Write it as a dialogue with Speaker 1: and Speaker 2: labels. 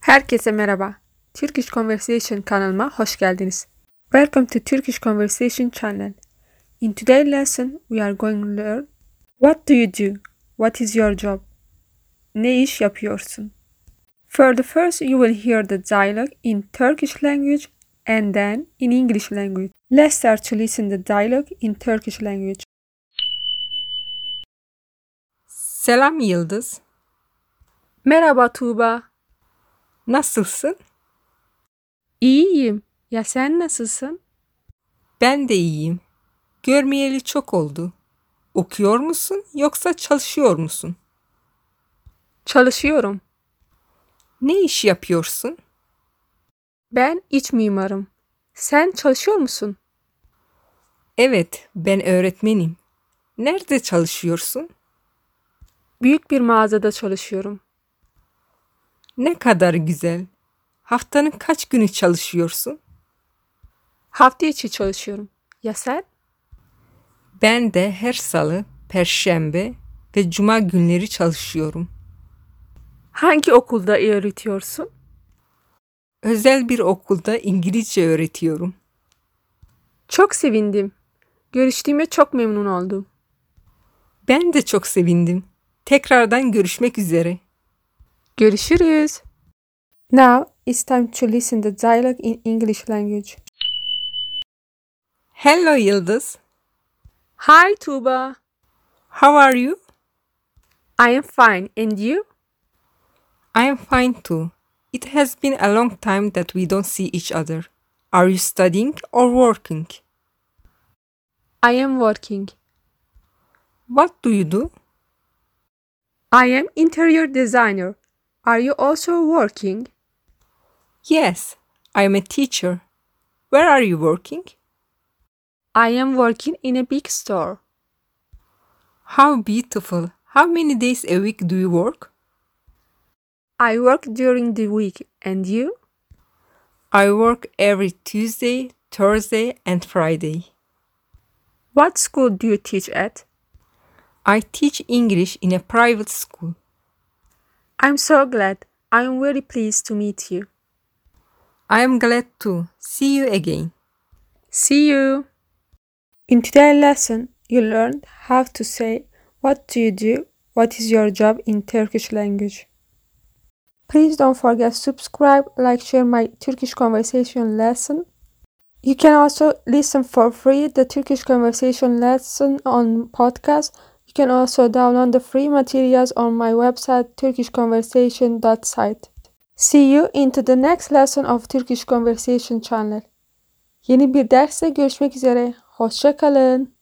Speaker 1: Herkese merhaba. Turkish Conversation kanalıma hoş geldiniz. Welcome to Turkish Conversation channel. In today's lesson, we are going to learn What do you do? What is your job? Ne iş yapıyorsun? For the first, you will hear the dialogue in Turkish language and then in English language. Let's start to listen the dialogue in Turkish language.
Speaker 2: Selam Yıldız.
Speaker 1: Merhaba Tuğba.
Speaker 2: Nasılsın?
Speaker 1: İyiyim. Ya sen nasılsın?
Speaker 2: Ben de iyiyim. Görmeyeli çok oldu. Okuyor musun yoksa çalışıyor musun?
Speaker 1: Çalışıyorum.
Speaker 2: Ne iş yapıyorsun?
Speaker 1: Ben iç mimarım. Sen çalışıyor musun?
Speaker 2: Evet, ben öğretmenim. Nerede çalışıyorsun?
Speaker 1: Büyük bir mağazada çalışıyorum.
Speaker 2: Ne kadar güzel. Haftanın kaç günü çalışıyorsun?
Speaker 1: Hafta içi çalışıyorum. Ya sen?
Speaker 2: Ben de her salı, perşembe ve cuma günleri çalışıyorum.
Speaker 1: Hangi okulda öğretiyorsun?
Speaker 2: Özel bir okulda İngilizce öğretiyorum.
Speaker 1: Çok sevindim. Görüştüğüme çok memnun oldum.
Speaker 2: Ben de çok sevindim. Tekrardan görüşmek üzere.
Speaker 1: Görüşürüz. Now it's time to listen the dialogue in English language.
Speaker 2: Hello Yıldız.
Speaker 1: Hi Tuba.
Speaker 2: How are you?
Speaker 1: I am fine. And you?
Speaker 2: I'm fine too. It has been a long time that we don't see each other. Are you studying or working?
Speaker 1: I am working.
Speaker 2: What do you do?
Speaker 1: I am interior designer. Are you also working?
Speaker 2: Yes, I'm a teacher. Where are you working?
Speaker 1: I am working in a big store.
Speaker 2: How beautiful. How many days a week do you work?
Speaker 1: I work during the week. And you?
Speaker 2: I work every Tuesday, Thursday, and Friday.
Speaker 1: What school do you teach at?
Speaker 2: I teach English in a private school.
Speaker 1: I'm so glad. I'm very pleased to meet you.
Speaker 2: I am glad to see you again.
Speaker 1: See you. In today's lesson, you learned how to say what do you do, what is your job in Turkish language. Please don't forget subscribe, like, share my Turkish conversation lesson. You can also listen for free the Turkish conversation lesson on podcast. You can also download the free materials on my website turkishconversation.site. See you into the next lesson of Turkish Conversation channel. Yeni bir derste görüşmek üzere. Hoşça kalın.